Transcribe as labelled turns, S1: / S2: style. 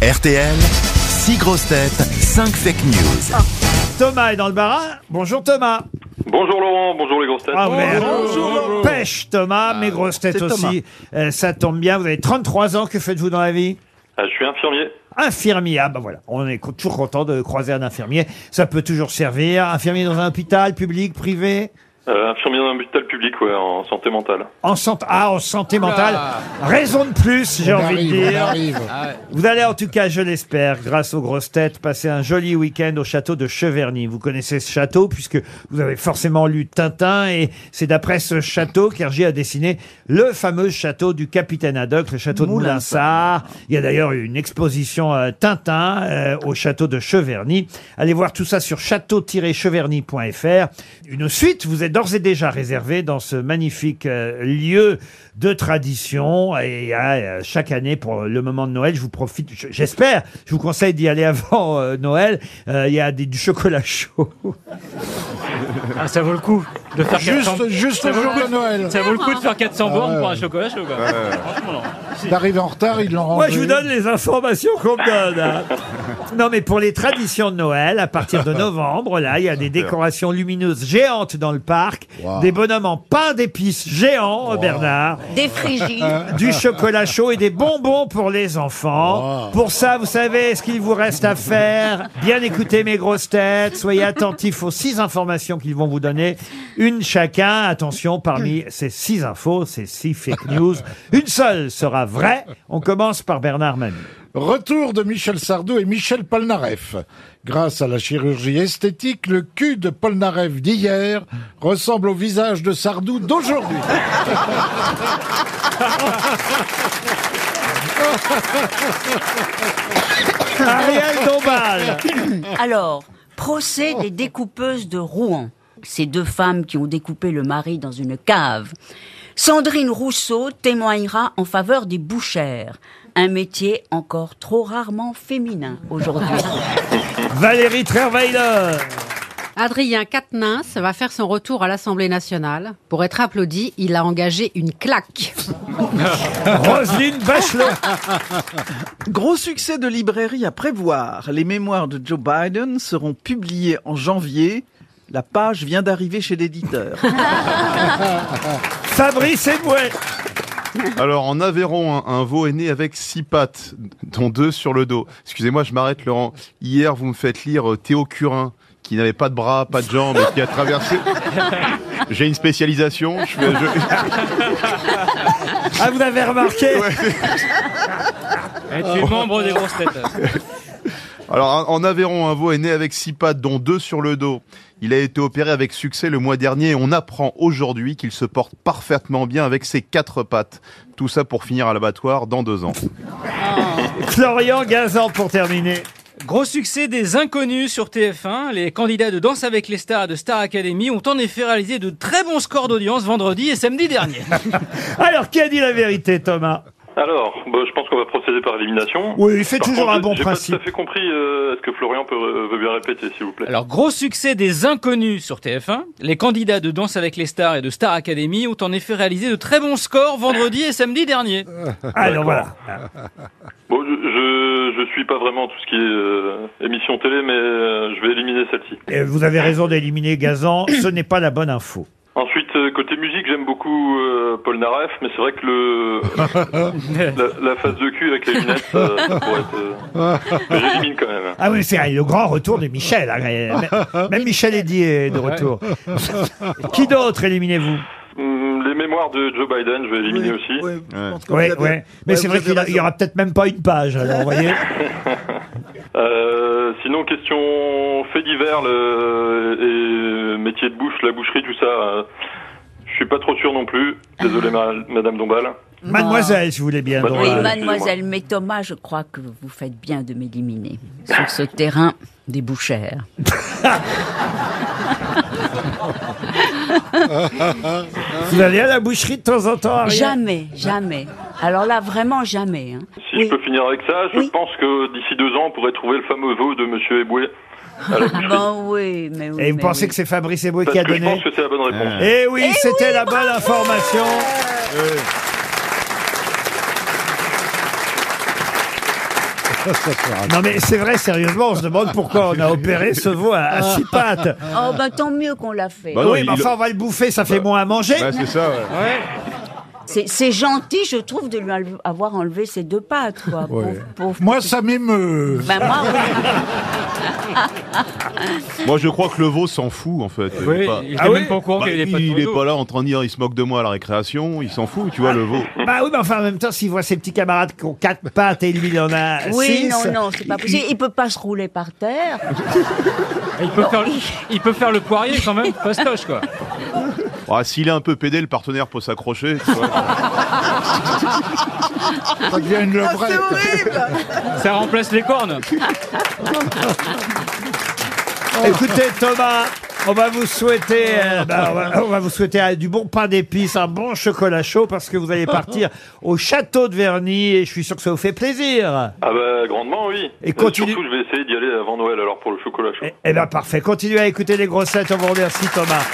S1: RTL, 6 grosses têtes, 5 fake news.
S2: Thomas est dans le barat. Bonjour Thomas.
S3: Bonjour Laurent, bonjour les grosses têtes.
S2: Ah merde. Pêche Thomas, mes grosses têtes aussi. Euh, ça tombe bien, vous avez 33 ans, que faites-vous dans la vie
S3: Ah, je suis infirmier.
S2: Infirmier, ah ben voilà, on est co- toujours content de croiser un infirmier, ça peut toujours servir. Infirmier dans un hôpital, public, privé,
S3: Euh, infirmier dans un hôpital public, ouais, en santé mentale.
S2: en santé, ah, en santé mentale. Raison de plus, j'ai envie de dire. Vous allez en tout cas, je l'espère, grâce aux grosses têtes, passer un joli week-end au château de Cheverny. Vous connaissez ce château puisque vous avez forcément lu Tintin et c'est d'après ce château qu'Hergé a dessiné le fameux château du capitaine Haddock, le château de Moulinsart. Il y a d'ailleurs une exposition euh, Tintin euh, au château de Cheverny. Allez voir tout ça sur château-cheverny.fr. Une suite vous est d'ores et déjà réservée dans ce magnifique euh, lieu de tradition. Et euh, chaque année, pour le moment de Noël, je vous profite, je- j'espère, je vous conseille d'y aller avant euh, Noël. Euh, Il y a des, du chocolat chaud.
S4: Ah, ça vaut le coup de faire
S5: Juste,
S4: 400
S5: juste
S4: ça
S5: le
S4: vaut le
S5: jour
S4: coup
S5: de
S4: de-
S5: Noël.
S4: Ça vaut le coup de faire 400 bornes
S5: ouais.
S4: pour un chocolat chaud, quoi. Franchement, non.
S5: D'arriver en retard, ils l'ont rendu.
S2: Moi, je vous donne les informations qu'on me donne. hein. Non, mais pour les traditions de Noël, à partir de novembre, là, il y a des décorations lumineuses géantes dans le parc,
S5: Wow.
S2: des bonhommes en pain d'épices géants, Bernard,
S6: Des frigides.
S2: du chocolat chaud et des bonbons pour les enfants.
S5: Wow.
S2: Pour ça, vous savez ce qu'il vous reste à faire. Bien écouter mes grosses têtes. Soyez attentifs aux six informations qu'ils vont vous donner. Une chacun. Attention, parmi ces six infos, ces six fake news, une seule sera vraie. On commence par Bernard Manu.
S5: Retour de Michel Sardou et Michel Polnareff. Grâce à la chirurgie esthétique, le cul de Polnareff d'hier ressemble au visage de Sardou d'aujourd'hui.
S2: Ariel Dombal.
S6: Alors, procès des découpeuses de Rouen. Ces deux femmes qui ont découpé le mari dans une cave. Sandrine Rousseau témoignera en faveur des bouchères, un métier encore trop rarement féminin aujourd'hui.
S2: Valérie Trierweiler.
S7: Adrien Quatennens va faire son retour à l'Assemblée nationale. Pour être applaudi, il a engagé une claque.
S2: Roselyne Bachelot.
S8: Gros succès de librairie à prévoir. Les mémoires de Joe Biden seront publiées en janvier. La page vient d'arriver chez l'éditeur.
S2: Fabrice Eboué.
S9: Alors en Aveyron, un, un veau est né avec six pattes, dont deux sur le dos. Excusez-moi, je m'arrête Laurent. Hier, vous me faites lire euh, Théo Curin, qui n'avait pas de bras, pas de jambes, et qui a traversé. J'ai une spécialisation. Je fais- je-
S2: Ah, vous avez remarqué.
S4: Eh, tu es membre des grosses têtes.
S9: Alors en en Aveyron, un veau est né avec six pattes, dont deux sur le dos. Il a été opéré avec succès le mois dernier et on apprend aujourd'hui qu'il se porte parfaitement bien avec ses quatre pattes. Tout ça pour finir à l'abattoir dans deux ans.
S2: Florian Gazan pour terminer.
S4: Gros succès des inconnus sur TF1. Les candidats de Danse avec les stars et de Star Academy ont en effet réalisé de très bons scores d'audience vendredi et samedi dernier.
S2: Alors, qui a dit la vérité, Thomas
S3: Alors, bah, je pense qu'on va procéder par élimination.
S2: Oui, il fait
S3: Par
S2: toujours
S3: contre,
S2: un bon
S3: j'ai
S2: principe.
S3: Pas tout à fait compris. euh, Est-ce que Florian peut, euh, veut bien répéter, s'il vous plaît
S4: Alors, gros succès des inconnus sur TF1. Les candidats de Danse avec les stars et de Star Academy ont en effet réalisé de très bons scores vendredi et samedi dernier.
S2: Alors Ah, voilà.
S3: Bon, je, je, je suis pas vraiment tout ce qui est euh, émission télé, mais euh, je vais éliminer celle-ci.
S2: Et Euh, vous avez raison d'éliminer Gazan. Ce n'est pas la bonne info.
S3: Ensuite, euh, côté musique, j'aime beaucoup euh, Paul Naref, mais c'est vrai que le la, la face de cul avec les lunettes, ça, ça pourrait être. euh, mais J'élimine quand même.
S2: Ah oui, c'est le grand retour de Michel. hein. Même- Même Michel Eddy est euh, de retour. Qui d'autre éliminez-vous
S3: Hum, les mémoires de Joe Biden, je vais éliminer aussi.
S2: Oui, oui. Mais c'est vrai qu'il y a- il y aura peut-être même pas une page. Alors, vous voyez.
S3: Euh, sinon, question fait divers le, et euh, métier de bouche, la boucherie, tout ça. euh, je suis pas trop sûr non plus. Désolé, ma- Madame Dombal.
S2: Mademoiselle, si vous voulez bien.
S3: Mademoiselle.
S2: donc,
S6: Oui,
S2: euh,
S6: mademoiselle, mais Thomas, je crois que vous faites bien de m'éliminer sur ce terrain des bouchères.
S2: Vous allez à la boucherie de temps en temps, Ariel
S6: Jamais, jamais. Alors là, vraiment jamais. hein.
S3: Si
S6: Oui.
S3: je peux finir avec ça, je
S6: Oui.
S3: pense que d'ici deux ans, on pourrait trouver le fameux veau de Monsieur Eboué.
S6: Bon, oui, mais oui,
S2: Et vous
S6: mais
S2: pensez
S6: oui.
S2: que c'est Fabrice Eboué
S3: Parce
S2: qui a
S3: que je
S2: donné
S3: pense que c'est la bonne réponse.
S2: Eh oui, c'était la bonne information. Non mais c'est vrai, sérieusement, on se demande pourquoi on a opéré ce veau à, à six pattes.
S6: Oh, bah tant mieux qu'on l'a fait.
S9: Bah non,
S2: oui, mais
S9: il-
S2: enfin, on va le bouffer, ça fait moins à manger.
S9: Ah.
S3: bah,
S9: Ouais, c'est ça, ouais.
S6: C'est c'est gentil, je trouve, de lui enle- avoir enlevé ses deux pattes, quoi. Pauvre- pauvre-
S5: Moi, ça m'émeut.
S6: Bah, moi, oui.
S9: Moi, je crois que le veau s'en fout, en fait. Il est pas-
S4: il
S2: Ah
S4: était
S2: oui
S4: même pas au courant
S9: Bah,
S4: qu'il avait pas de
S9: il est
S4: tourneau.
S9: pas là en train de dire il se moque de moi à la récréation, il s'en fout, tu vois, le veau.
S2: Bah oui, mais enfin, en même temps, s'il voit ses petits camarades qui ont quatre pattes et lui, il en a
S6: Oui,
S2: six.
S6: non, non, c'est pas possible. Il peut pas se rouler par terre.
S4: Il peut, faire, il peut faire le poirier quand même, fastoche quoi.
S9: Ah, S'il est un peu pédé, le partenaire peut s'accrocher. tu vois.
S5: Ça devient une levrette.
S8: C'est horrible
S4: Ça remplace les cornes.
S2: Écoutez, Thomas, on va vous souhaiter, euh, bah, on, va, on va vous souhaiter euh, du bon pain d'épices, un bon chocolat chaud, parce que vous allez partir au château de Verny, et je suis sûr que ça vous fait plaisir.
S3: Ah bah grandement oui. Euh,
S2: Et continue-
S3: Surtout je vais essayer d'y aller avant Noël alors pour le chocolat chaud.
S2: Eh eh ben parfait. Continuez à écouter les grossettes. On vous remercie Thomas.